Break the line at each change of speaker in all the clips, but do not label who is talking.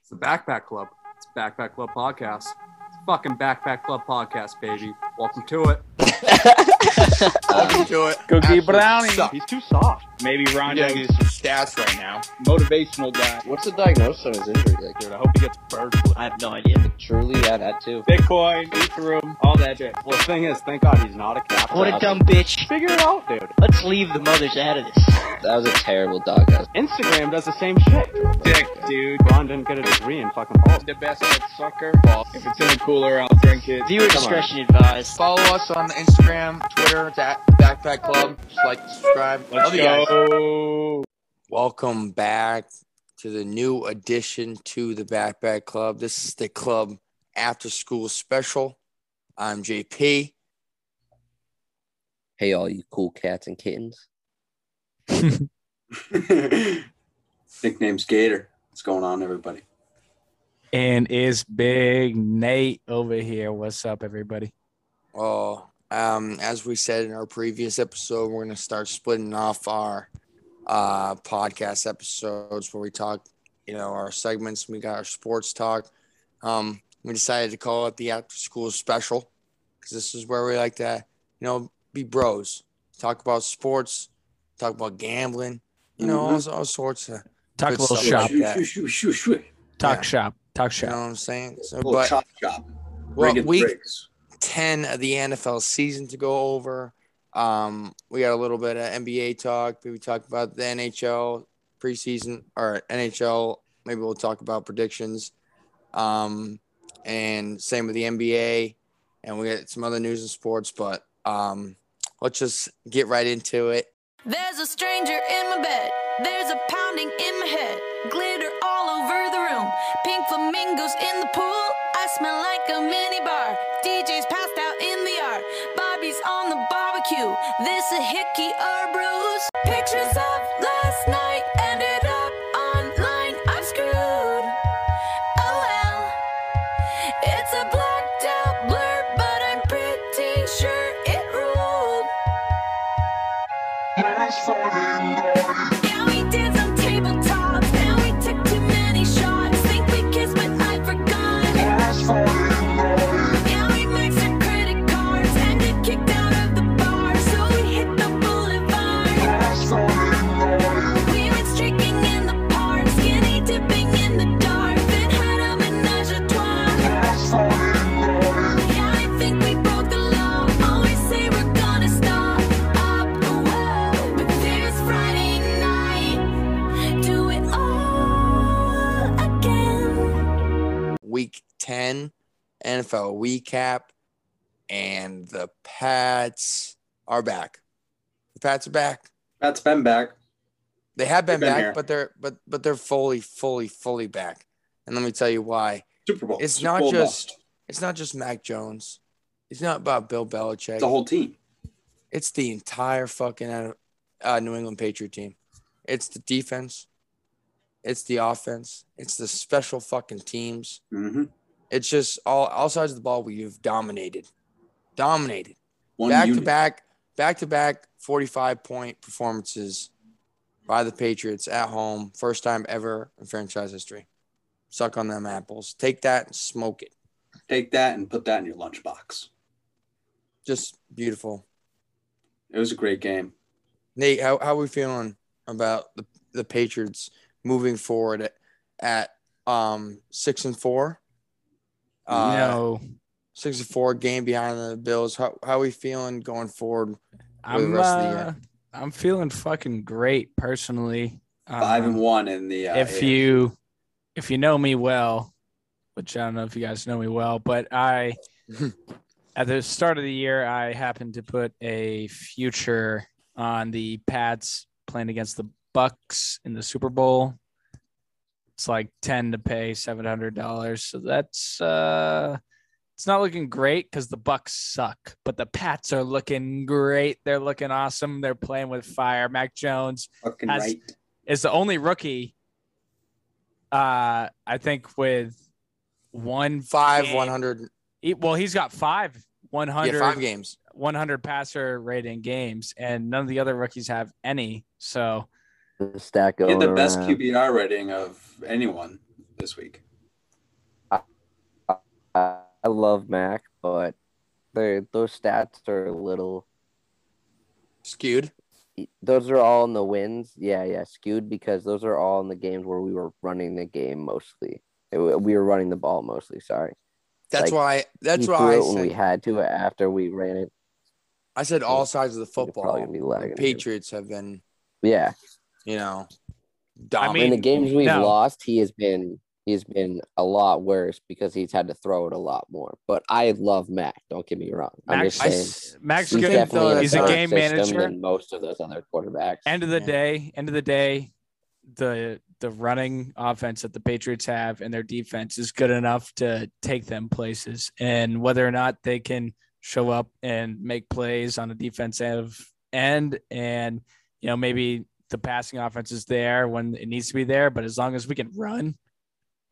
It's the Backpack Club. It's Backpack Club Podcast. It's fucking Backpack Club Podcast, baby. Welcome to it.
Welcome to it.
Cookie
Absolute
Brownie.
suck.
He's too soft.
Maybe Ron
Yeah,
Jones
he's
is
some stats right now.
motivational guy.
What's the diagnosis on his injury? Like,
Dude, I hope he gets bird flu.
I have no idea.
truly, yeah, that too.
Bitcoin, Ethereum, all that shit.
Well, the thing is, thank God he's not a cat.
What a dumb bitch.
Figure it out, dude.
Let's leave the mothers out of this.
That was a terrible doghouse.
Instagram does the same shit.
Dick, dude.
Ron didn't get a degree in fucking politics.
The best at soccer.
If it's in the cooler, I'll drink it.
Viewer
Come on.
discretion advised.
Follow us on Instagram, Twitter, it's at Backpack Club. Just like, subscribe.
Let's
Love you guys.
go.
Welcome back to the new addition to the Backpack Club. This is the club after school special. I'm JP.
Hey, all you cool cats and kittens.
Nickname's Gator. What's going on, everybody?
And it's Big Nate over here. What's up, everybody?
Oh, um, as we said in our previous episode, we're going to start splitting off our uh, podcast episodes where we talk, you know, our segments. We got our sports talk. Um, we decided to call it the after school special because this is where we like to, you know, be bros, talk about sports, talk about gambling, you know,
Mm-hmm.
all, all sorts of,
Talk
Good
a little
stuff.
shop.
Yeah.
Shoo, shoo, shoo, shoo.
Talk
Yeah.
shop. Talk
you know
shop.
what I'm saying? So,
Little
but
chop chop.
well,
Rigging
week
rigs.
10 of the NFL season to go over. Um, we got a little bit of NBA talk. Maybe talk about the NHL preseason or NHL. Maybe we'll talk about predictions. Um, and same with the NBA. And we got some other news in sports, but um, let's just get right into it.
There's a stranger in my bed. There's a pounding in my head. Glitter all over the room. Pink flamingos in the pool. I smell like a mini bar. DJ's passed out in the yard. Bobby's on the barbecue. This a hickey or bruise. Pictures of last night ended up online. I'm screwed. Oh well. It's a blacked out blur, but I'm pretty sure it ruled. Now we dance on tabletops. Now we took too many shots. Think we kissed, but I forgot. Now we maxed our credit cards and get kicked out of the bar, so we hit the boulevard. We went streaking in the park, skinny dipping in the dark, then had a menage a trois. Yeah, I think we broke the law. Always say we're gonna stop. Up, whoa, but there's Friday night. Do it all again.
Week 10 NFL recap. And the Pats are back. The Pats are back.
Matt's been back.
They have been,
They've been
back,
here.
but they're but but they're fully, fully, fully back. And let me tell you why.
Super Bowl.
It's
Super
not
Bowl
just-
bust.
It's not just Mac Jones. It's not about Bill Belichick.
It's the whole team.
it's the entire fucking uh, uh, New England Patriot team. It's the defense. It's the offense. It's the special fucking teams.
hmm
It's just all all sides of the ball. We've dominated, dominated
One
back
unit.
to back, back to back 45 point performances by the Patriots at home, first time ever in franchise history. Suck on them apples. Take that and smoke it.
Take that and put that in your lunchbox.
Just beautiful.
It was a great game.
Nate, how, how are we feeling about the, the Patriots moving forward at, at um six and four? Uh,
no,
six and four game behind the Bills. How how are we feeling going forward? for the
I'm
rest of the
uh, I'm feeling fucking great personally.
Five
Um,
and one in the. Uh,
if
AFC.
you if you know me well, which I don't know if you guys know me well, but I at the start of the year I happened to put a future on the Pats playing against the Bucks in the Super Bowl. It's like 10 to pay $700. So that's uh it's not looking great cuz the Bucks suck, but the Pats are looking great. They're looking awesome. They're playing with fire. Mac Jones
fucking
has-
right.
is the only rookie uh I think with one
Five
game-
one hundred
he- well he's got five 100
yeah, five games.
100 passer rating games and none of the other rookies have any so
The stack
He
going
had the best
around.
QBR rating of anyone this week.
I love Mac, but they those stats are a little
Skewed.
those are all in the wins. Yeah, yeah, skewed because those are all in the games where we were running the game mostly. It wa- We were running the ball mostly. Sorry,
That's
Like,
why. That's
we
why
threw
I
it when we
said,
had to. After we ran it,
I said all sides of the
we're probably
football.
gonna be
The
lagging.
Patriots have been,
Yeah,
you know,
I
dominant.
in the
mean,
games we've
no.
lost, he has been he's been a lot worse because he's had to throw it a lot more. But I love Mac. Don't get me wrong. I'm
Mac's,
just saying.
Mac's
he's
Good.
good.
definitely in a
He's a
better
game
system
manager.
than most of those other quarterbacks.
End of the
Yeah.
day, end of the day, the the running offense that the Patriots have and their defense is good enough to take them places. And whether or not they can show up and make plays on a defensive end, and you know maybe the passing offense is there when it needs to be there, but as long as we can run,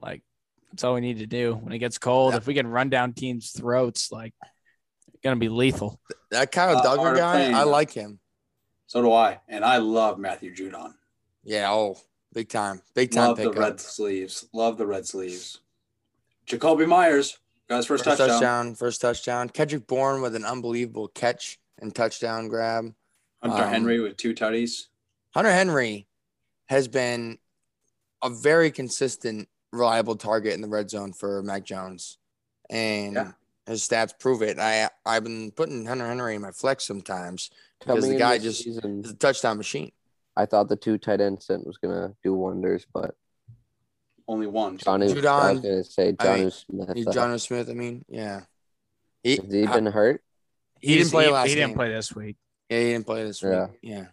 like that's all we need to do. When it gets cold,
Yeah.
if we can run down teams' throats, like gonna be lethal.
that Kyle
Uh,
Duggar
Art of
guy,
Payne.
I like him.
So do I, and I love Matthew Judon.
Yeah. Oh, big time. Big time
Love the
pickup.
red sleeves. Love the red sleeves. Jacoby Myers got his first,
First
touchdown.
touchdown. First touchdown. Kendrick Bourne with an unbelievable catch and touchdown grab.
Hunter
Um,
Henry with two tutties.
Hunter Henry has been a very consistent, reliable target in the red zone for Mac Jones, and
Yeah.
his stats prove it. I I've been putting Hunter Henry in my flex sometimes.
Coming
the
in
guy
this
just-
season,
He's a touchdown machine.
I thought the two tight end set was gonna do wonders, but
Only one.
Johnny, I was
Judon-
gonna say
I mean,
Johnny Smith. uh,
John Smith. I mean, yeah, he, uh,
has he been hurt?
he didn't
He's-
play
he,
last.
He didn't
game.
play this week.
Yeah, he didn't play this
Yeah.
week. Yeah.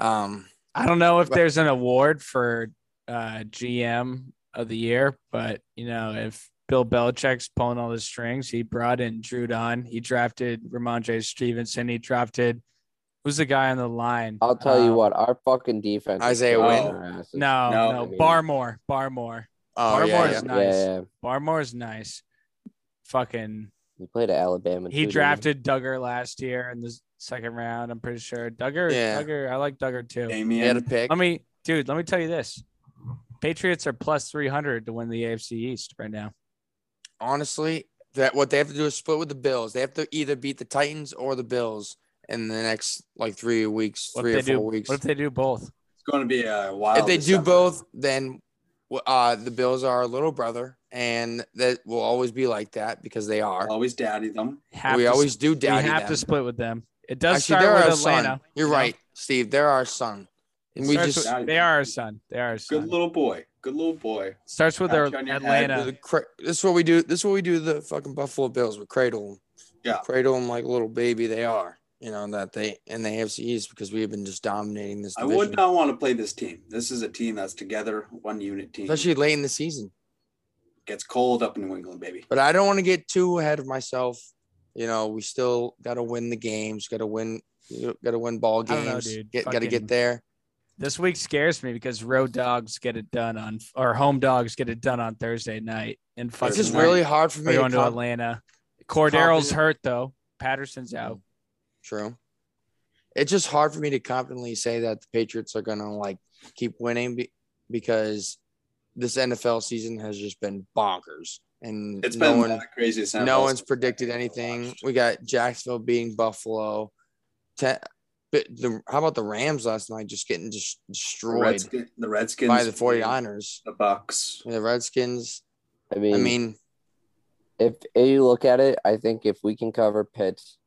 Um,
I don't know if
But-
there's an award for uh, GM of the year, but you know, if Bill Belichick's pulling all the strings, he brought in Drew Don, he drafted Ramon J. Stevenson, he drafted who's the guy on the line?
I'll tell you
Um,
what, our fucking defense. is
uh, Isaiah
kicking
Wynn.
our asses.
No,
No.
no,
I mean-
Barmore, Barmore,
oh
Barmore
yeah,
is
yeah.
not-
yeah,
nice.
yeah.
Barmore's nice. Fucking,
He played at Alabama. too,
he
didn't
drafted Duggar last year in the second round. I'm pretty sure Duggar.
Yeah.
Duggar, I like Duggar too.
He had a
Damien.
pick.
Let me, dude. Let me tell you this: Patriots are plus three hundred to win the AFC East right now.
Honestly, that what they have to do is split with the Bills. They have to either beat the Titans or the Bills in the next like three weeks,
What
three or
if they
four
do?
weeks.
What if they do both?
It's going to be a wild.
if they do
December.
both, then w- uh, the Bills are our little brother, and that will always be like that because they are.
always daddy them.
Have
we
to,
always do
we
daddy
have
them.
to split with them. It does
Actually, they're
start
our
with Atlanta.
son. You're
you know?
right, Steve. They're our son.
It
And we
starts
just
with- they are our son. They are our
Good
son.
little boy. Good little boy.
Starts with
Got
our
you on your head.
Atlanta.
Cra- this is what we do. This is what we do. to The fucking Buffalo Bills. We cradle them.
Yeah.
cradle them like a little baby. They are. You know that they and the AFC East because we have been just dominating this
I
division,
would not want to play this team. This is a team that's together, one unit team.
especially late in the season.
Gets cold up in New England, baby.
But I don't want to get too ahead of myself. You know, we still got to win the games. Got to win. Got to win ball
I don't
games.
know, dude.
Get, got to
Fucking-
get there.
This week scares me because road dogs get it done on, or home dogs get it done on Thursday night. And fucking
It's just
night.
really hard for
We're
me. To
going to
comp-
Atlanta. Cordero's
confident-
hurt though. Patterson's out.
True. It's just hard for me to confidently say that the Patriots are going to like keep winning be- because this NFL season has just been bonkers and
It's
no
been
one
one of the craziest.
no
NFL
one's
seasons
predicted
I've ever
anything.
watched.
We got Jacksonville beating Buffalo. Ten, but the, how about the Rams last night just getting just
The
destroyed
Redskins, the Redskins
by the 49ers?
the Bucks.
The Redskins.
he? I mean,
I mean,
if, if you look at it, I think if we can cover Pitts,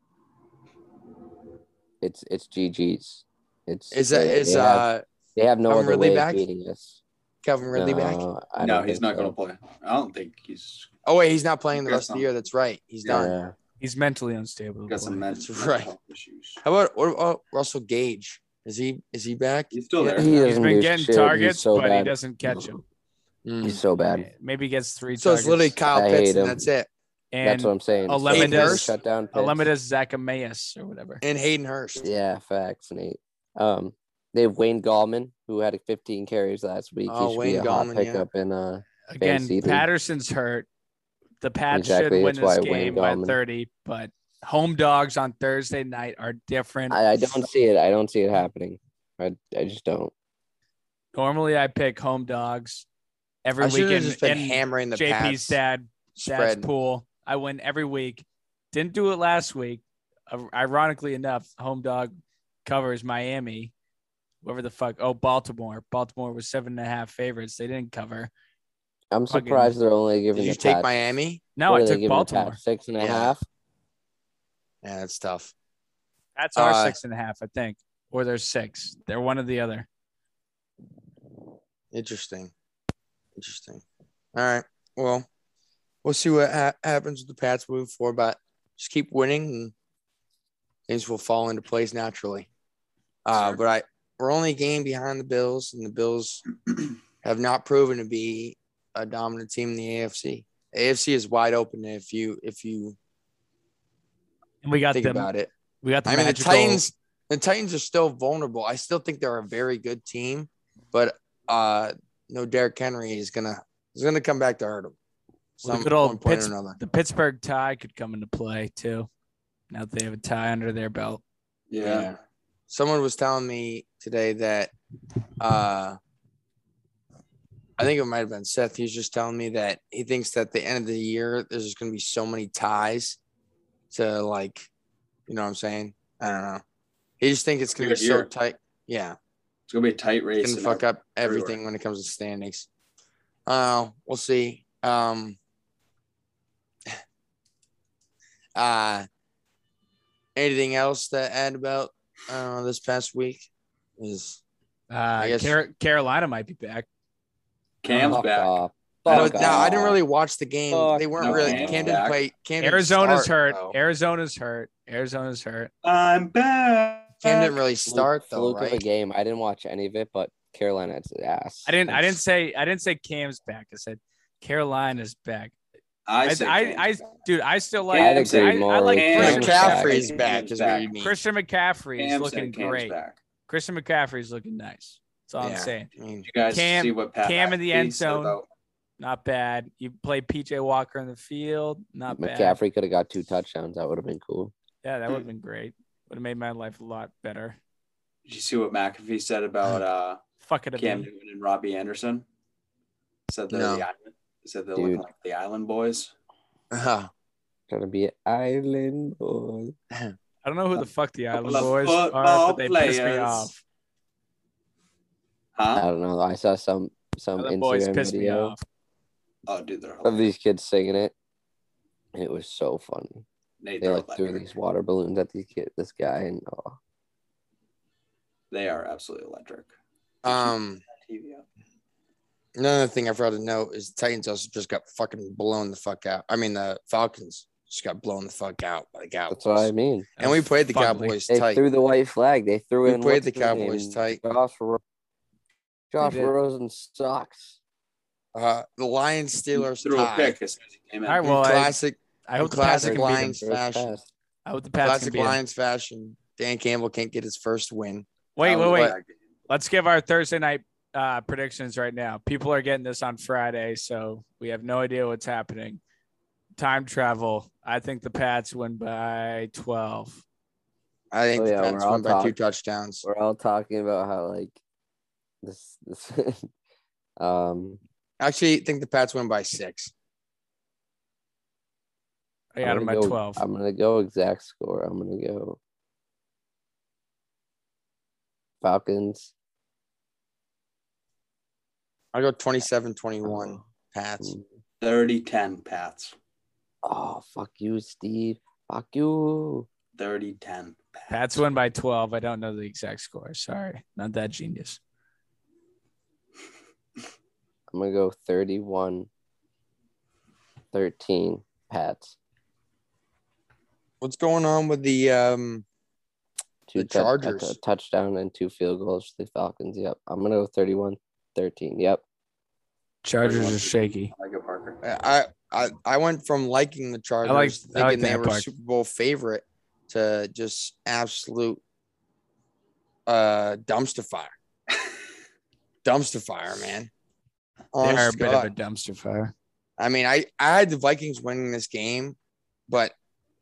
it's it's GG's. It's
is
they,
that is
they have,
uh
they have no
Calvin
other
Ridley
way
back?
of beating us.
Kevin Ridley
no,
back?
I
no,
don't
he's
think so.
not going to play. I don't think he's
Oh wait, he's not playing the
Got
rest of the
some.
year. That's right. He's done.
Yeah.
He's mentally unstable. to
got some
play.
men- mental
right.
health issues.
How about what about Russell Gage? Is he is he back?
He's still there.
He
He's
doesn't
been
do
getting
shit. He's
targets,
so
but he
bad.
doesn't catch them.
Mm.
He's so bad.
Maybe gets three.
So it's
targets.
literally Kyle
I
Pitts,
hate
and
him.
that's it.
That's
and
what I'm saying. So
Alemeda-
we can
Alemeda-
shut down. Pitts.
Alemidas Zacharias or whatever.
And Hayden Hurst.
Yeah, facts, Nate. Um, they have Wayne Gallman, who had 15 carries last week.
Oh,
he should
Wayne
be a hot
Gallman, yeah.
pickup in uh,
Again,
Fantasy league.
Patterson's hurt. The Pats
Exactly,
should win
that's why
this
Wayne
game by
Gallman-
30, but home dogs on Thursday night are different.
I, I don't see it. I don't see it happening. I, I just don't.
Normally, I pick home dogs every
I should have
weekend
just been
in
hammering the
JP's
Pats
dad dad's
spread.
pool. I win every week. Didn't do it last week. Uh, Ironically enough, home dog covers Miami. Whoever the fuck. Oh, Baltimore. Baltimore was seven and a half favorites. They didn't cover.
I'm
Fucking-
surprised they're only giving
Did you
the
take
Pats-
Miami?
No,
what
I
are they
took
giving the
Baltimore.
Pats, Six and a half.
Yeah. Yeah, that's tough.
That's our
Uh,
six and a half, I think. Or they're six. They're one or the other.
Interesting. Interesting. All right. Well, we'll see what ha- happens with the Pats moving forward, but just keep winning and things will fall into place naturally. Uh, But I we're only a game behind the Bills, and the Bills have not proven to be a dominant team in the AFC. AFC is wide open if you if you
And we got
think
them.
about it.
We got the
I mean,
magical.
the Titans. The Titans are still vulnerable. I still think they're a very good team, but uh, no, Derrick Henry is gonna is gonna come back to hurt them.
Well, the
Some
good old
one point
Pitts-
or another.
the Pittsburgh tie could come into play too. Now that they have a tie under their belt.
Yeah.
Someone was telling me today that uh, I think it might have been Seth. He was just telling me that he thinks that the end of the year there's just gonna be so many ties to like, you know what I'm saying? I don't know. He just thinks it's gonna be
Weird
so
year.
tight. Yeah.
It's gonna be a tight race.
can
and
fuck up everything
everywhere.
when it comes to standings. Uh, we'll see. Um, uh, anything else to add about uh, this past week? Is
Uh,
guess-
Car- Carolina might be back.
Cam's
Fuck
back.
off.
I
Fuck
don't- no, I didn't
off.
really watch the game.
Fuck
they weren't
no.
really.
Cam's
Cam didn't
back.
play. Cam didn't
Arizona's
start,
hurt.
though.
Arizona's hurt. Arizona's hurt.
I'm back.
Cam didn't really
Fluke-
start though,
fluke of a
right?
game. I didn't watch any of it, but Carolina is ass.
I didn't. I didn't
That's-
say. I didn't say Cam's back. I said Carolina's back.
I
I,
said
I,
Cam's
I,
back.
dude, I still
Cam
like.
I'd
said-
agree
I- I
more.
like
with
Cam
Cam's
said
back.
McCaffrey's
Cam's
back is what
back.
you mean.
Christian McCaffrey is
Cam said
looking
Cam's
great.
back.
Christian McCaffrey's looking nice. That's all I'm
Yeah.
saying.
I mean,
You guys
Cam-
see what Pat
Cam in the
McAfee
end
said
zone.
about-
Not bad. You play PJ Walker in the field. Not bad.
McCaffrey could have got two touchdowns. That would have been cool.
Yeah, that would have been great. Would have made my life a lot better.
Did you see what McAfee said about uh,
Fuck it.
Cam
Cam.
Newton and Robbie Anderson? Said they're
No.
the island. Said they
Dude.
look like the Island Boys.
Gonna be an island boy.
I don't know who the fuck the Island
of
Boys are,
football
but they pissed me
players.
off.
I
Huh?
don't know. I saw some some
Island Boys
Instagram
pissed me
video
off.
Oh, dude, they're
of
hilarious.
these kids singing it. It was so funny.
Nate,
They
they're
like threw
electric.
these water balloons at these kid, this guy, and oh,
They are absolutely electric.
um,
TV up.
another thing I forgot to note is Titans also just got fucking blown the fuck out. I mean, the Falcons just got blown the fuck out by the Cowboys.
that's what I mean.
And we played the
Fuck me.
Cowboys
They
tight.
threw the white flag. They threw
We
in what's
played the
his name?
Cowboys tight.
Josh, Ro- Josh
did.
Rosen sucks.
Uh, the Lions Steelers
Threw a
tie.
pick as soon as he came in.
All right,
In
well, I,
classic,
I hope the Pats
classic
can beat them.
Lions fashion.
Pass.
I hope the Pats can
Classic
beat them.
Lions fashion. Dan Campbell can't get his first win.
Wait, wait, wait.
But
Let's give our Thursday night uh, predictions right now. People are getting this on Friday, so we have no idea what's happening. Time travel. I think the Pats win by 12.
I think
Oh, yeah,
the
we're
Pats
all
won by two
talk-
touchdowns.
We're all talking about how like this this um
Actually, I think the Pats win by six.
I got
I'm
them
gonna
at
go-
12.
I'm gonna go exact score. I'm gonna go Falcons.
I'll go 27 21
Oh.
Pats.
Mm.
30 10 Pats.
Oh fuck you, Steve. Fuck you.
30 10 Pats.
Pats win by 12. I don't know the exact score. Sorry. Not that genius.
I'm gonna go 31 13 Pats.
What's going on with the um
Two
The
tou- a tou-
Chargers.
touchdown and two field goals for the Falcons. Yep. I'm gonna go 31 13. Yep.
Chargers are shaky.
I like it, Parker.
I I I went from liking the Chargers,
like-
thinking
I like
they
that
were
part.
Super Bowl favorite, to just absolute uh dumpster fire. dumpster fire, man.
They
Honest
are a
to
bit of
God.
a dumpster fire.
I mean, I I had the Vikings winning this game, but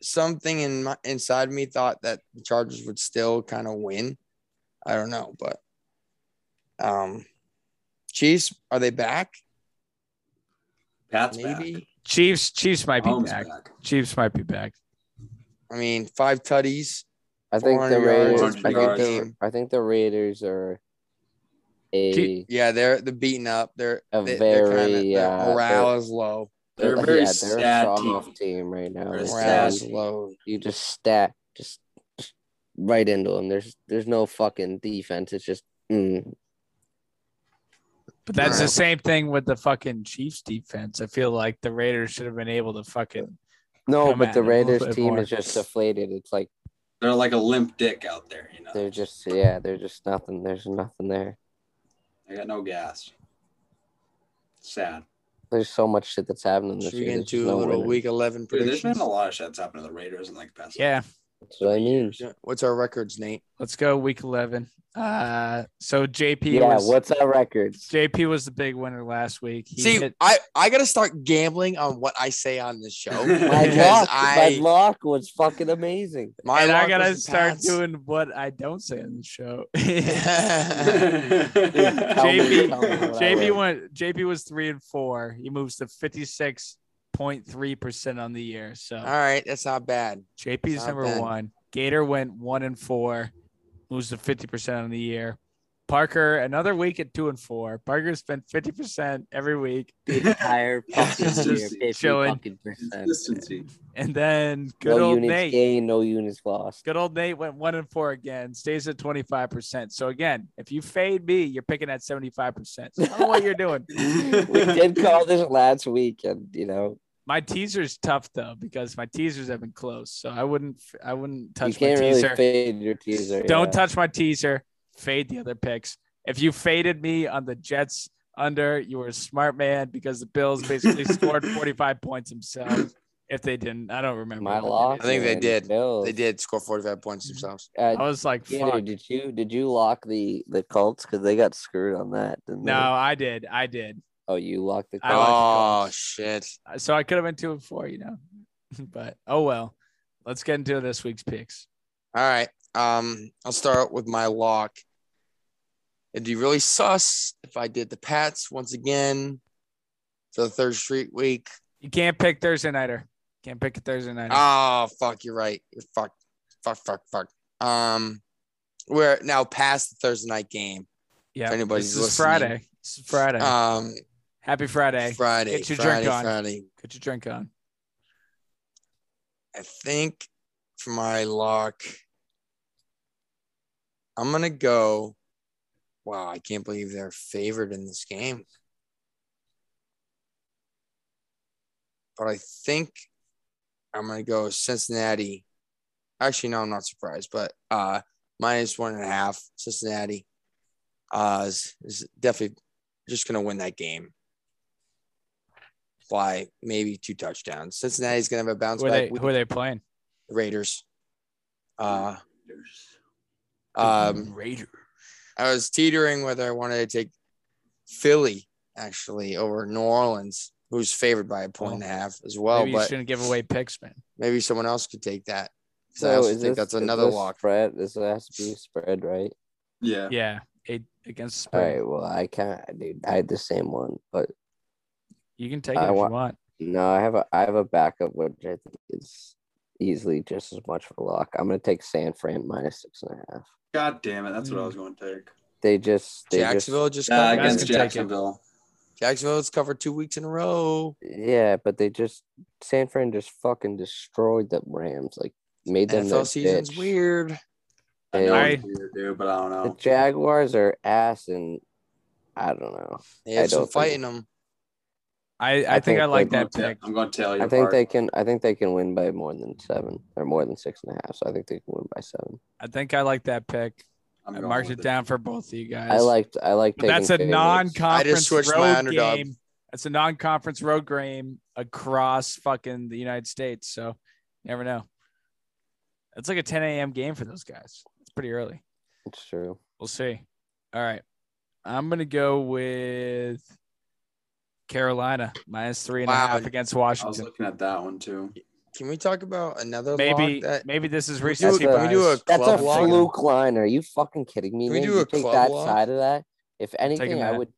something in my inside me thought that the Chargers would still kind of win. I don't know, but um, Chiefs are they back?
Pats back.
Maybe
Chiefs. Chiefs might be
Mahomes
back.
back.
Chiefs might be back.
I mean, five tutties.
I think the
400 yards,
Raiders. I think
400
the,
yards.
I think the Raiders are a.
Gee,
Yeah, they're the beating up. They're
A
they, they're kind of
very,
their
uh,
morale is low.
They're a very
yeah, they're a
sad team.
strong team. team right now.
They're a
Like,
Morale
sad
you-
is low.
You just stat just, just right into them. There's there's no fucking defense. It's just mm,
But that's the
Alright.
same thing with the fucking Chiefs defense. I feel like the Raiders should have been able to fucking.
no.
Come
But
at
the
it a little
Raiders
bit
team
more.
is just deflated. It's like
They're like a limp dick out there, you know.
they're just yeah. They're just nothing. There's nothing there.
They got no gas. Sad.
There's so much shit that's happening this
Should we
year.
get
There's just
into a
no
little
winning.
week eleven
Dude, there's been
predictions?
a lot of shits happened to the Raiders in like the past.
Yeah,
That's what I mean.
What's our records, Nate?
let's go week eleven. Uh, so JP
Yeah.
was
What's our records?
JP was the big winner last week. He
See,
hit-
I I gotta start gambling on what I say on this show.
My
because
luck,
I-
my luck was fucking amazing.
My
and I
luck
gotta
was the
start
Pats.
doing what I don't say on the show.
me,
JP,
tell me what I
JP
would.
went. JP was three and four. He moves to fifty six point three percent on the year. So
All right, that's not bad.
JP's
not
number
bad.
one. Gator went one and four, moves to fifty percent on the year. Parker another week at two and four. Parker spent fifty percent every week,
The entire fucking
It's
year,
just
50
chilling.
fucking percent.
Consistency.
and then good
No
old
units
Nate.
gained, no units lost.
Good old Nate went one and four again, stays at 25%. So, again, if you fade me, you're picking at 75%. So I don't know what you're doing.
we did call this last week, and you know
My teaser's tough though because my teasers have been close, so I wouldn't I wouldn't touch
you can't
my
really
teaser.
fade your teaser.
Don't
yeah.
touch my teaser. Fade the other picks. If you faded me on the Jets under, you were a smart man because the Bills basically scored 45 points themselves. If they didn't, I don't remember.
my
what they
lock.
did.
I think they
man,
did.
Bills.
They did score 45 points themselves.
I
Uh,
was like,
Gator,
Oh, fuck.
did you did you lock the the Colts because they got screwed on that? Didn't
No,
They?
I did. I did.
Oh, you locked the
I like
Colts.
oh
Colts.
shit!
Uh, So I could have been two and four, you know. but oh well. Let's get into this week's picks.
All right. Um, I'll start with my lock. It'd be really sus if I did the Pats once again for the third street week.
You can't pick Thursday nighter. Can't pick a Thursday nighter.
Oh fuck, you're right. You're fuck, fuck, fuck, fuck. Um, we're now past the Thursday night game.
yeah,
if anybody's
this is
listening.
Friday. This is Friday.
Um,
Happy Friday.
Friday,
Get your
Friday,
drink on.
Friday.
Get your drink on.
I think for my lock, I'm gonna go. Wow, I can't believe they're favored in this game. But I think I'm gonna go Cincinnati. Actually, no, I'm not surprised, but uh minus one and a half, Cincinnati. Uh is, is definitely just gonna win that game by maybe two touchdowns. Cincinnati's gonna have a bounce
Who are,
back.
they,
week.
who are they playing?
Raiders. Uh, um,
Raiders.
I was teetering whether I wanted to take Philly actually over New Orleans, who's favored by a point and a half as well.
Oh, Maybe you
but
shouldn't give away picks, man.
maybe someone else could take that. 'Cause I also
is
think
this-
Oh, that's
is
another
this
lock.
Spread. This has to be spread, right?
Yeah.
Yeah. Eight against
All
Spurs.
right. Well, I can't, dude. I had the same one, but
You can take it
I
if
wa-
you want.
No, I have a I have a backup which I think is easily just as much of a lock. I'm gonna take San Fran minus six and a half.
God damn it. That's what I was going to take.
They just they
Jacksonville just
Yeah,
covered.
guys
against
can take it.
Jacksonville.
Jacksonville's covered two weeks in a row.
just yeah, but they just San Fran just fucking destroyed the Rams, like made them their
NFL season's
bitch.
weird.
I know
Yeah.
it's weird, dude, but I don't
The
know.
Jaguars are ass and I don't know.
They
I
have some
don't
fight in them.
I, I,
I
think,
think
I like
they-
that
I'm
pick.
going to tell you.
I think they can I think they can win by more than seven or more than six and a half. So I think they can win by seven.
I think I like that pick.
I'm
I
going
marked
with
it down for both of you guys.
I liked I like
But that's a non-conference
switched
road
my underdog.
game. That's a non-conference road game across fucking the United States. So you never know. It's like a 10 a.m. game for those guys. It's pretty early.
It's true.
We'll see. All right, I'm gonna go with Carolina minus three and a half
Wow.
against
I was
Washington.
looking at that one too.
Can we talk about another
Maybe
lock that
maybe this is
Can we
recency
do a- can we do a
bias.
That's
club
a
lock?
fluke line. Are you fucking kidding me?
Can we
man?
do
You
a
take
club
that
lock?
side of that. If anything, I
that.
would,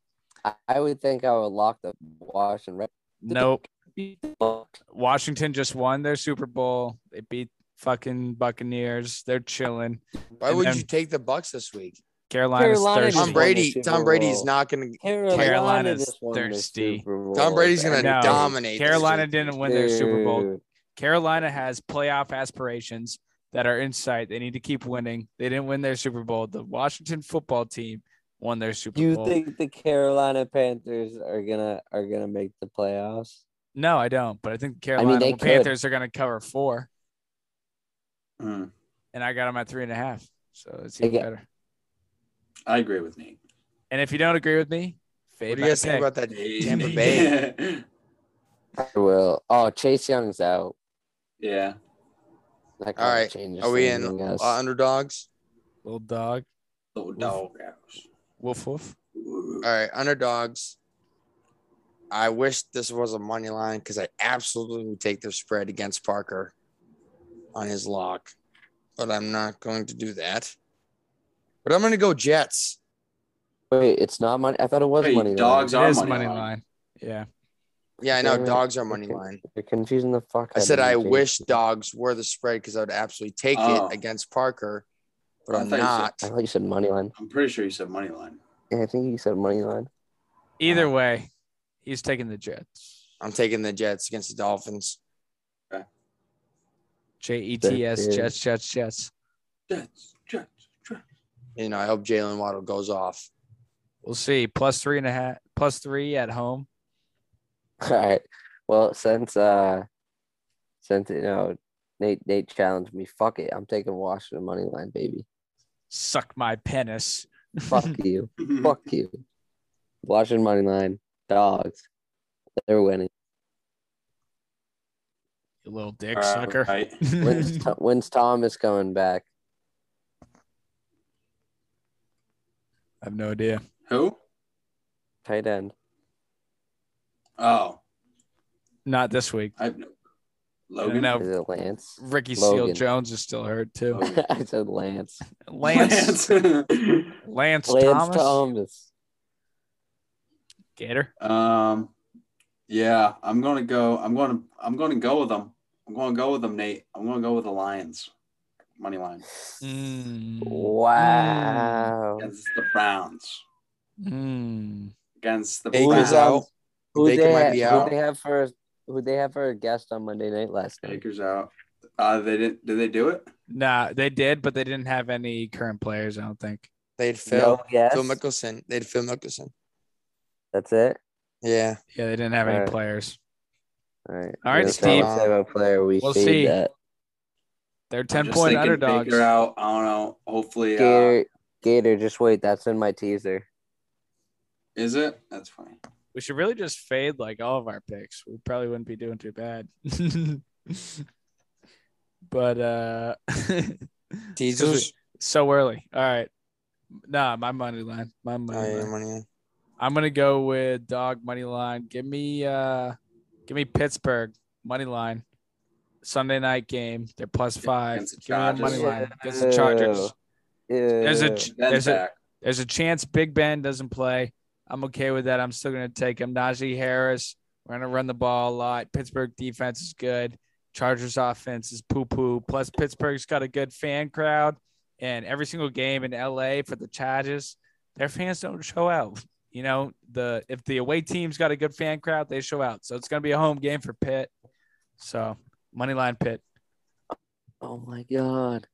I- I would think I would lock the Washington. Red-
Nope.
beat the Bucks.
Washington just won their Super Bowl. They beat fucking Buccaneers. They're chilling.
Why
And
would
then-
you take the Bucks this week?
Carolina's
Carolina
thirsty.
just
Tom
won
Brady.
the Super
Tom Brady's
Bowl.
not gonna.
Carolina,
Carolina's
just won the
thirsty.
Super Bowl.
Tom Brady's gonna
No.
dominate. this
Carolina
week.
didn't win their Super Bowl.
Dude.
Carolina has playoff aspirations that are in sight. They need to keep winning. They didn't win their Super Bowl. The Washington football team won their Super
Do you
Bowl.
think the Carolina Panthers are gonna are gonna make the playoffs?
no, I don't. But I think Carolina
they could.
Panthers are going to cover four,
Mm,
and I got them at three and a half. So it's
I
even
get-
better.
I agree with Nate.
And if you don't agree with me, fade
What do
my
you guys think
pick.
about that Tampa Bay?
I will. Oh, Chase Young's out.
yeah.
That
All right.
changes
Are we in
anything
uh,
else.
underdogs?
Little dog,
Little dog house.
woof woof.
All right, underdogs. I wish this was a money line because I absolutely would take their spread against Parker on his lock, but I'm not going to do that. But I'm going to go Jets.
Wait, it's not money. I thought it was
Hey,
money. line. Uh-huh.
dogs
It
are
is
money,
money
line.
line. Yeah.
Yeah, I know
Damn it.
dogs are money
Okay.
line.
You're confusing the fuck. out
I
of
said
me,
I
Jason.
wish dogs were the spread because I would absolutely take
Oh.
it against Parker, but
I
I'm
thought you said-
not.
I thought you said money line.
I'm pretty sure you said money line.
Yeah, I think you said money line.
Either way, he's taking the Jets.
I'm taking the Jets against the Dolphins.
J E T S
Jets.
Jets Jets Jets.
Jets, Jets, Jets.
You know, I hope Jalen Waddle goes off.
We'll see. Plus three and a half. Plus three at home.
All right. Well, since uh, since you know, Nate Nate challenged me. Fuck it. I'm taking Washington money line, baby.
Suck my penis.
Fuck you. Fuck you. Washington money line. Dogs. They're winning.
You little dick
All right,
sucker.
right.
When's, Th- when's Thomas coming back?
I have no idea.
Who?
Tight end.
Oh,
Not this week.
I have no. Logan.
No.
Is it Lance?
Ricky Seal
Logan.
Jones is still hurt too.
Oh.
I said Lance.
Lance.
Lance,
Lance
Lance, Thomas,
Thomas.
Gator.
um, yeah, I'm gonna go. I'm gonna. I'm gonna go with them. I'm gonna go with them, Nate. I'm gonna go with the Lions. Money line
Mm. Hmm.
Wow.
against the Browns.
Mm.
Against the
Baker's
Browns.
out.
Who
Baker
um, they,
might
ha-
be
who
out.
they have for who they have for a guest on Monday night last night?
Baker's out. Uh, they didn't. Did they do it?
Nah, they did, but they didn't have any current players. I don't think.
They'd
No
Phil.
guest.
Phil Mickelson. They'd Phil Mickelson.
That's it.
Yeah.
Yeah, they didn't have any
Alright.
players.
All right.
All right,
That's all
Steve.
I'll say about player. We
We'll
fade
see.
That.
They're
I'm
ten
just
point
thinking
underdogs.
Baker out. I don't know. Hopefully, uh,
Gator, Gator, just wait. That's in my teaser.
is it? That's fine.
We should really just fade like all of our picks. We probably wouldn't be doing too bad. but uh
Teasers.
so early. All right. Nah, my money line. My money
Oh, yeah,
line.
money line.
I'm gonna go with dog money line. Give me uh give me Pittsburgh money line. Sunday night game. They're plus five.
against the
Give me a money
Chargers.
line against the Chargers. There's a
Ew.
Ben's
ch- there's a
back.
there's a chance Big Ben doesn't play. I'm okay with that. I'm still going to take him. Najee Harris. We're going to run the ball a lot. Pittsburgh defense is good. Chargers offense is poo poo. Plus, Pittsburgh's got a good fan crowd. And every single game in LA for the Chargers, their fans don't show out. You know, the if the away team's got a good fan crowd, they show out. So it's going to be a home game for Pitt. So, money line Pitt.
Oh my god!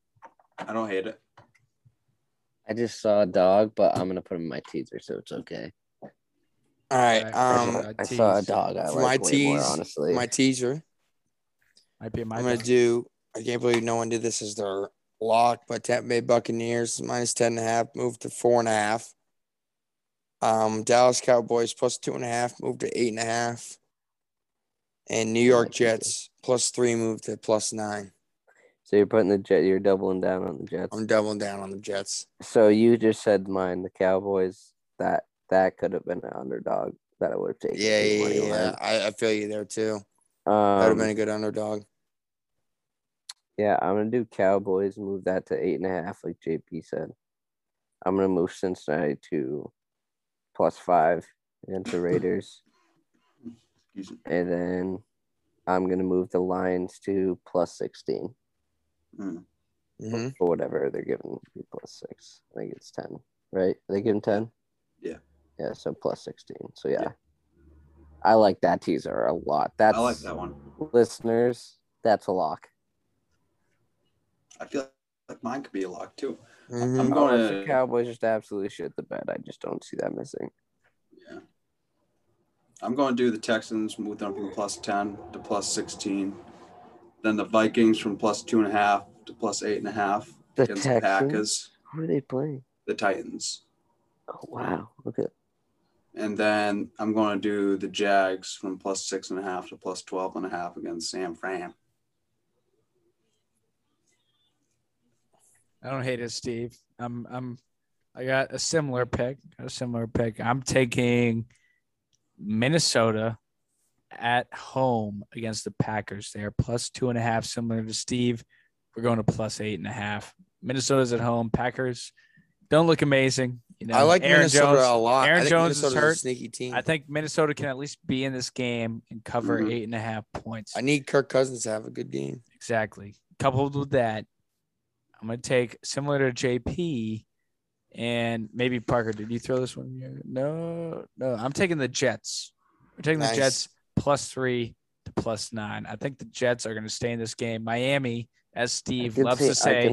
I don't hate it.
I just saw a dog, but I'm gonna put him in my teaser, so it's okay.
All right. Um,
I saw a dog. I like
for my
way more,
tease,
honestly.
my teaser.
Might be my
I'm gonna
dog.
do. I can't believe no one did this as their lock, but Tampa Bay Buccaneers minus ten and a half moved to four and a half. Um, Dallas Cowboys plus two and a half moved to eight and a half, and New York
like that, yeah.
Jets plus three moved to plus nine.
so you're putting the jet. You're doubling down on the Jets.
I'm doubling down on the Jets.
So you just said mine, the Cowboys. That that could have been an underdog that I would have taken.
Yeah,
as
yeah,
money
yeah. yeah.
line.
I, I feel you there too. That would have
Um,
been a good underdog.
yeah, I'm gonna do Cowboys. Move that to eight and a half, like JP said. I'm gonna move Cincinnati to plus five and to Raiders,
Excuse me.
and then I'm going to move the Lions to plus 16
Mm.
Mhm.
or whatever they're giving you plus six. I think it's 10, right? They give him 10?
Yeah.
Yeah, so plus 16. So, yeah. I like that teaser a lot. That's
I like that one.
listeners, that's a lock.
I feel like mine could be a lock too.
Mhm.
I'm
Oh,
going
if the
to.
Cowboys just absolutely shit the bed, I just don't see that missing.
I'm going to do the Texans. Move them from plus ten to plus sixteen. Then the Vikings from plus two and a half to plus eight and a half
The
against the
Texans?
Packers,
Who are they playing?
the Titans,
Oh, wow. Look at
and then I'm going to do the Jags from plus six and a half to plus twelve and a half against Sam Fran.
I don't hate it, Steve. I'm I'm I got a similar pick. Got a similar pick. I'm taking Minnesota at home against the Packers. They are plus two and a half, similar to Steve. We're going to plus eight and a half. Minnesota's at home. Packers don't look amazing. You know,
I like
Aaron
Minnesota
Jones.
a lot.
Aaron
I think
Jones is
Minnesota's
hurt.
a sneaky team.
I
I,
think Minnesota can at least be in this game and cover
Mm-hmm.
Mhm.
eight and a half points.
need Kirk Cousins to have a good game.
Exactly. Coupled with that, I'm going to take similar to JP and maybe Parker. Did you throw this one? in here? No, no. I'm taking the Jets. We're taking
Nice.
the Jets plus three to plus nine. I think the Jets are going to stay in this game. Miami, as Steve loves to say,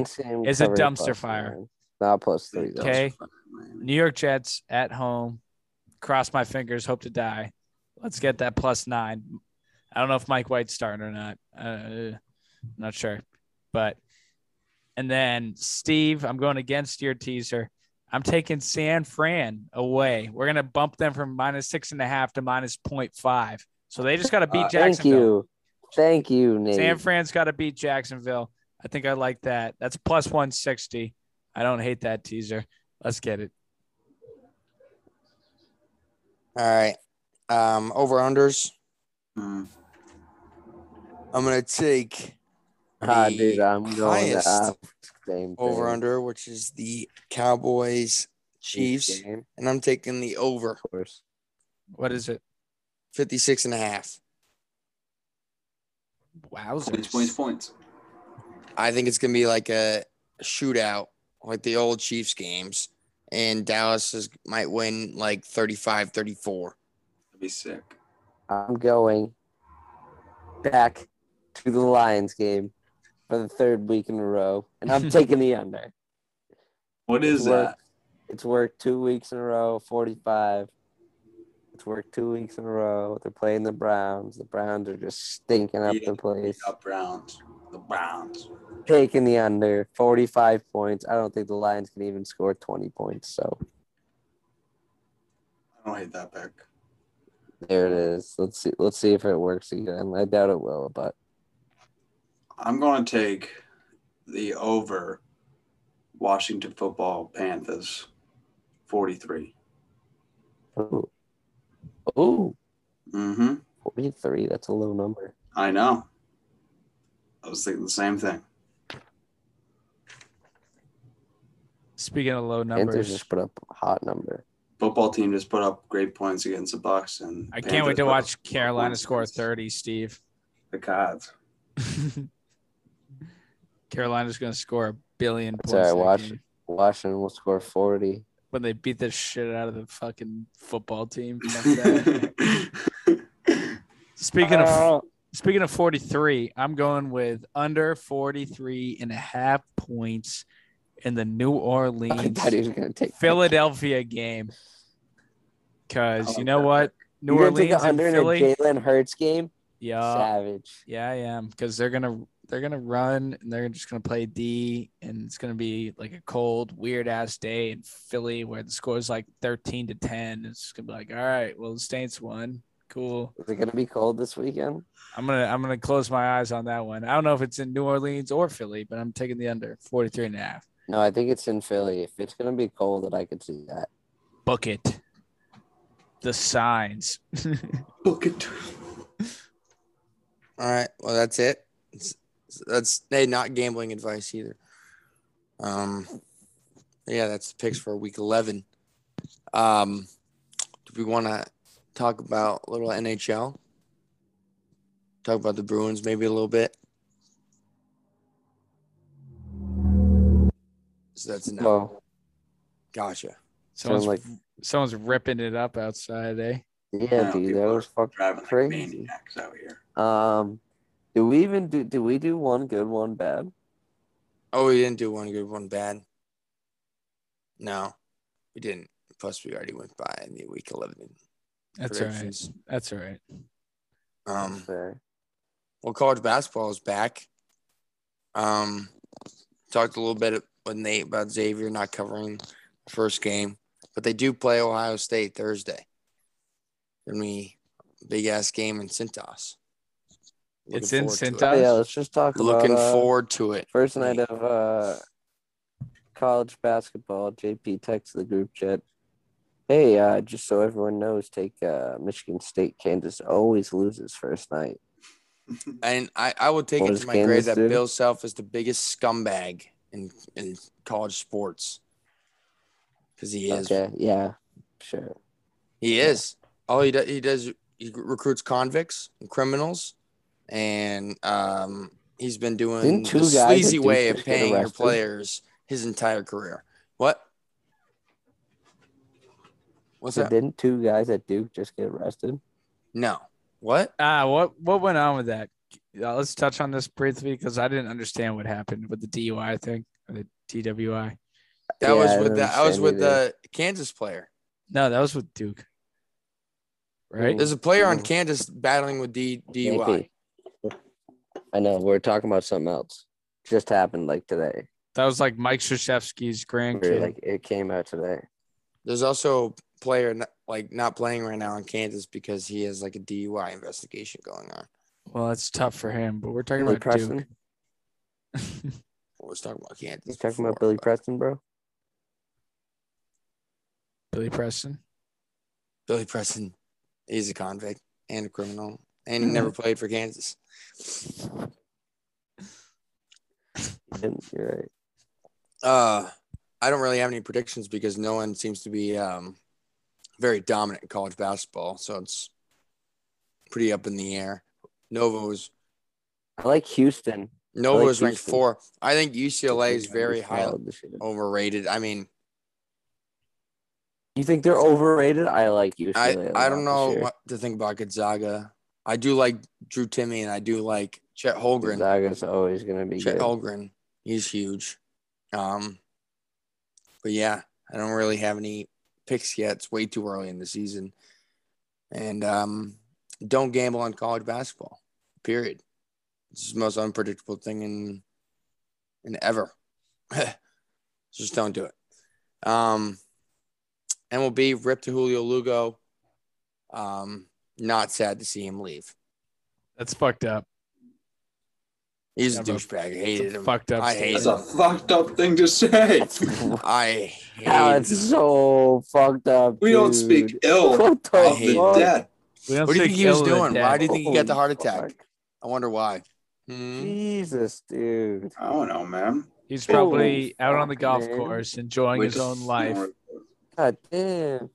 is a dumpster fire.
Not plus three, though.
Okay. New York Jets at home. Cross my fingers. Hope to die. Let's get that plus nine. I don't know if Mike White's starting or not. Uh, not sure, but and then Steve, I'm going against your teaser. I'm taking San Fran away. We're gonna bump them from minus six and a half to minus 0.5. So they just got to beat
Uh, thank
Jacksonville.
you. Thank you, Nate.
San Fran's got to beat Jacksonville. I think I like that. That's plus 160. I don't hate that teaser. Let's get it.
All right. Um, over unders.
Mm.
I'm gonna take
ah,
the
dude, I'm going to
highest
uh, same
over
thing.
under, which is the Cowboys Chiefs,
Game, of
and I'm taking the over
course.
What is it?
56 and a half.
Points, points,
Wowzers.
points.
I think it's gonna be like a shootout, like the old Chiefs games, and Dallas is, might win like 35 34.
That'd be sick.
I'm going back to the Lions game for the third week in a row, and I'm taking the under.
What is
Look.
that?
It's worked two weeks in a row, 45. It's worked two weeks in a row. They're playing the Browns. The Browns are just stinking up the
Beating
place.
Up Browns. The Browns.
Taking the under, 45 points. I don't think the Lions can even score 20 points. So
I don't hate that pick.
there it is. Let's see. Let's see if it works again. I doubt it will, but
I'm going to take the over Washington football Panthers 43.
ooh, ooh,
Mm-hmm.
43. That's a low number.
I know. I was thinking the same thing.
Speaking of low
Panthers
numbers,
just put up a hot number.
Football team just put up great points against the Bucks, and
I can't wait
Panthers
to watch
put up
Carolina
points
score
against
30, Steve.
The Cards.
Carolina's going to score a billion points
That's all right.
that
Watch,
game
Washington will score 40.
when they beat the shit out of the fucking football team. Fuck that.
That's
speaking
Oh.
of speaking of 43, I'm going with under 43 and a half points in the New
I
Orleans
thought he was going to take
Philadelphia game. Cause
I
you
like
know
that.
what? New
You're gonna take
Orleans
a
and
under in
Philly.
a Jalen Hurts game.
yeah,
Savage.
yeah, I am. Cause they're gonna they're gonna run and they're just gonna play D, and it's gonna be like a cold, weird ass day in Philly where the score is like thirteen to ten. It's just gonna be like, all right, well, the Saints won. Cool.
Is it gonna be cold this weekend?
I'm gonna I'm gonna close my eyes on that one. I don't know if it's in New Orleans or Philly, but I'm taking the under 43 and a half.
No, I think it's in Philly. If it's gonna be cold, then I could see that.
Book it. The signs.
Book it.
All right. Well, that's it. It's, that's hey, not gambling advice either. Um, yeah, that's the picks for week eleven. Um, do we want to talk about a little NHL? Talk about the Bruins maybe a little bit. So that's an
Well,
Gotcha.
Someone's
like-
someone's ripping it up outside, eh?
yeah,
Wow,
dude,
people
that
are
was fucking
Driving like
crazy.
maniacs out here.
Um, do we even do? Do we do one good, one
Um,
bad?
Oh, we didn't do one good, one bad. No, we didn't. Plus, we already went by in the week 11
That's all right.
predictions.
That's all right.
Um,
Fair.
well, college basketball is back. Um, talked a little bit with Nate about Xavier not covering the first game, but they do play Ohio State Thursday. Gonna be a big ass game in Cintas. Looking
It's in
forward to it.
Cintas?
Oh, yeah, let's just talk
Looking
about, uh,
forward to it.
First night of uh, college basketball, JP texted the group chat. Hey, uh, just so everyone knows, take uh, Michigan State. Kansas always loses first night.
And I, I will take
What
it
does
to my grave
Kansas
that
do?
Bill Self is the biggest scumbag in, in college sports. Because he is.
Okay, yeah, sure.
He is. All he does, he does, he recruits convicts and criminals, and um, he's been doing
Didn't two
the
guys at
sleazy way
Duke
of
just get
paying your
arrested?
players his entire career. What? What's
So
that?
didn't two guys at Duke just get arrested?
No. What?
Ah, what what went on with that? Uh, let's touch on this briefly because I didn't understand what happened with the DUI thing or the DWI.
That
Yeah,
was
I
with
don't
the I was
understand
with
either. Mm-hmm.
the Kansas player.
No, that was with Duke, right?
There's a player on
Mhm.
Kansas battling with D, DUI.
JP. I know we're talking about something else. Just happened like today.
That was like Mike Krzyzewski's
Or,
grandkid.
like it came out today.
There's also a player not, like not playing right now in Kansas because he has like a DUI investigation going on.
well, that's tough for him, but we're talking
Billy
about
Preston.
Duke.
Well, let's talk about Kansas.
You talking about
before,
Billy Preston, bro?
Billy Preston.
Billy Preston. He's a convict and a criminal, and
Mm-hmm.
he never played for Kansas.
You didn't- You're right.
Uh, I don't really have any predictions because no one seems to be um, very dominant in college basketball, so it's pretty up in the air. Novo's
I like Houston.
Novo's ranked
Houston.
four. I think UCLA is
Houston
very high Oh.
solid this year.
overrated. I mean,
You think they're overrated? I like UCLA.
I,
a
I
lot
don't
this
know
year.
what to think about Gonzaga. I do like Drew Timmy and I do like Chet Holgren.
Gonzaga's always going to be
Chet
good.
Holgren, he's huge. Um, but yeah, I don't really have any picks yet. It's way too early in the season, and um, don't gamble on college basketball. Period. It's the most unpredictable thing in in ever. Just don't do it. Um, MLB ripped to Julio Lugo. Um, not sad to see him leave.
That's fucked up.
He's a
Yeah, but-
douchebag. I
It's
hated
a
him.
fucked up.
I
statement.
hate
That's a fucked up thing to say.
I hated
That's
him.
Ah, so fucked up.
We don't speak
dude.
ill
What the
I
of
hate
the
fuck?
dead.
We don't
What do you
speak
think he was
ill of the
doing?
dead.
Why do you think he got the heart
Holy
attack?
fuck.
I wonder why. Hmm.
Jesus, dude.
I don't know, man.
He's probably
Holy
Oh,
out on the
fuck,
golf
man.
course enjoying
We
his
just
own life.
snort.
God damn.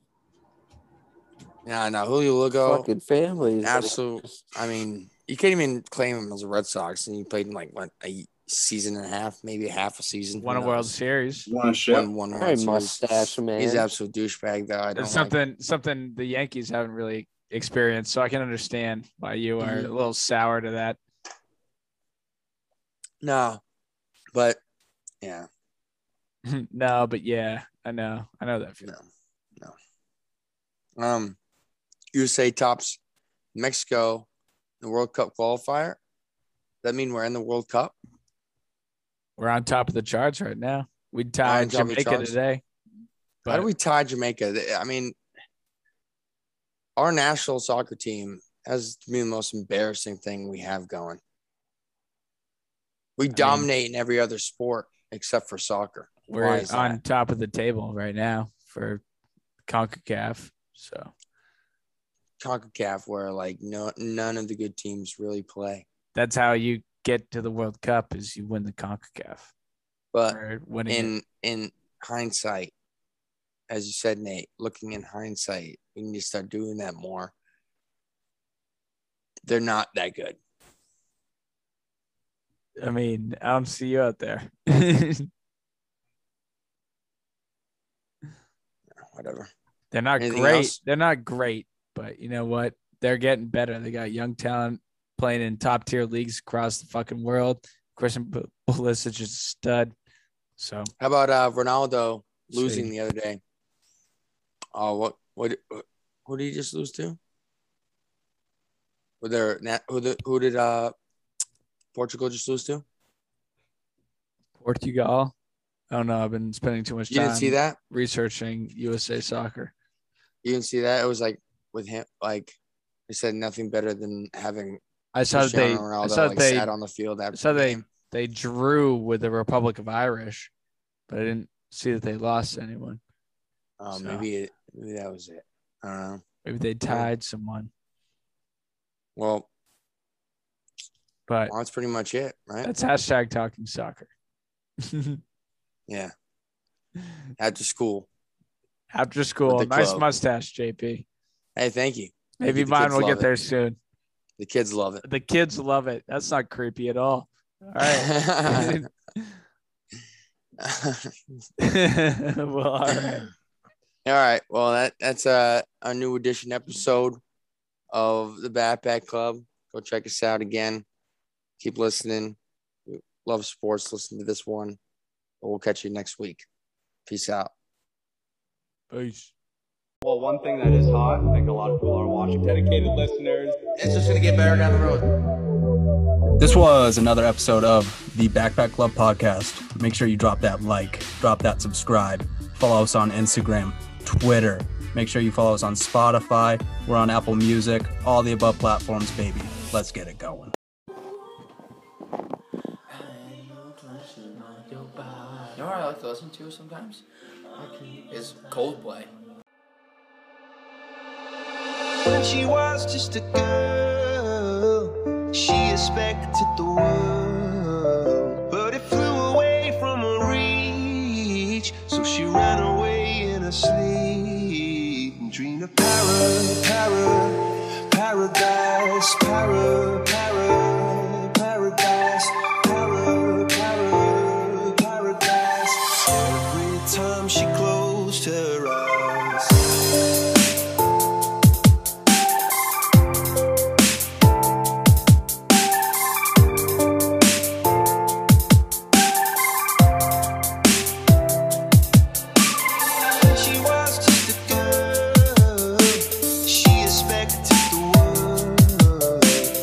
Nah, nah. Julio Lugo,
Fucking families.
absolute. I mean, you can't even claim him as a Red Sox, and he played in like what a season and a half, maybe half a season. who
Won a
knows?
World Series.
You want to ship?
Won one
All
World
right,
Series.
mustache man.
He's absolute douchebag though. I don't.
It's
like-
something something the Yankees haven't really experienced, so I can understand why you are
Mhm.
a little sour to that.
No, but yeah,
no, but yeah, I know, I know that feeling.
no, no. Um, USA tops Mexico in the World Cup qualifier. That mean we're in the World Cup?
We're on top of the charts right now. We
on
tied
top of the
Jamaica
charts.
today.
How do
but-
we tie Jamaica? They- I mean, our national soccer team has to be the most embarrassing thing we have going. We dominate in every other sport except for soccer.
We're
Why is that?
on top of the table right now for CONCACAF. So
CONCACAF, where like no none of the good teams really play.
that's how you get to the World Cup is you win the CONCACAF.
But
Or winning it.
Uh, in in hindsight, as you said, Nate, looking in hindsight, we need to start doing that more. They're not that good.
I mean, I don't see you out there.
Whatever.
They're not
Anything
great.
else?
They're not great, but you know what? They're getting better. They got young talent playing in top tier leagues across the fucking world. Christian Pul- Pulisic is a stud. So
How about uh, Ronaldo losing
See.
the other day? Oh, what what who did he just lose to? Were there na- who the, who did uh Portugal just lose to?
Portugal. I don't know. I've been spending too much
You
time
didn't see that?
researching USA soccer.
You didn't see that? It was like with him like they said nothing better than having
I saw that they
Cristiano
I
Ronaldo
saw
like
that they
sat on the field after
so
the
they-
game.
they drew with the Republic of Irish, but I didn't see that they lost anyone.
Oh,
so-
maybe it, maybe that was it. I don't know.
Maybe they tied someone.
Well,
But
well, that's pretty much it, right?
that's hashtag talking soccer.
yeah. After school.
After school,
the
nice
club.
mustache, JP.
Hey, thank you. Thank
Maybe
you. The
mine
kids
will
love
get
it.
there soon.
The kids love it.
The kids love it. That's not creepy at all. All right. well, all right.
All right. Well, that that's uh, a new edition episode of the Backpack Club. Go check us out again. Keep listening. We love sports. Listen to this one. We'll catch you next week. Peace out.
Peace.
Well, one thing that is hot, I think a lot of people are watching.
Dedicated listeners.
It's just gonna get better down the road.
This was another episode of the Backpack Club podcast. Make sure you drop that like, drop that subscribe, follow us on Instagram, Twitter. Make sure you follow us on Spotify. We're on Apple Music, all the above platforms, baby. Let's get it going.
You know what I like to listen to sometimes? Is Coldplay.
When she was just a girl, she expected the world, but it flew away from her reach. So she ran away in her sleep and dreamed of para, para, paradise, para, para, paradise, para, para, paradise. Every time she closed her eyes. When she was just a girl, she expected the world,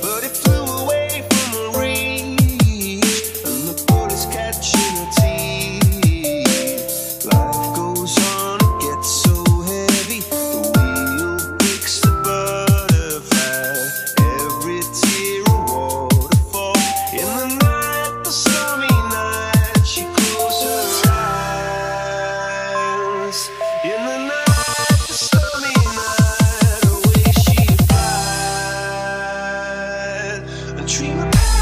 but it flew away from her reach, and the bullets catching her teeth. Life goes on, it gets so heavy. The wheel breaks the butterfly. Every tear a waterfall. In the night, the stormy night, she closes her eyes. In the night, the stormy night, away she flies. A dream of.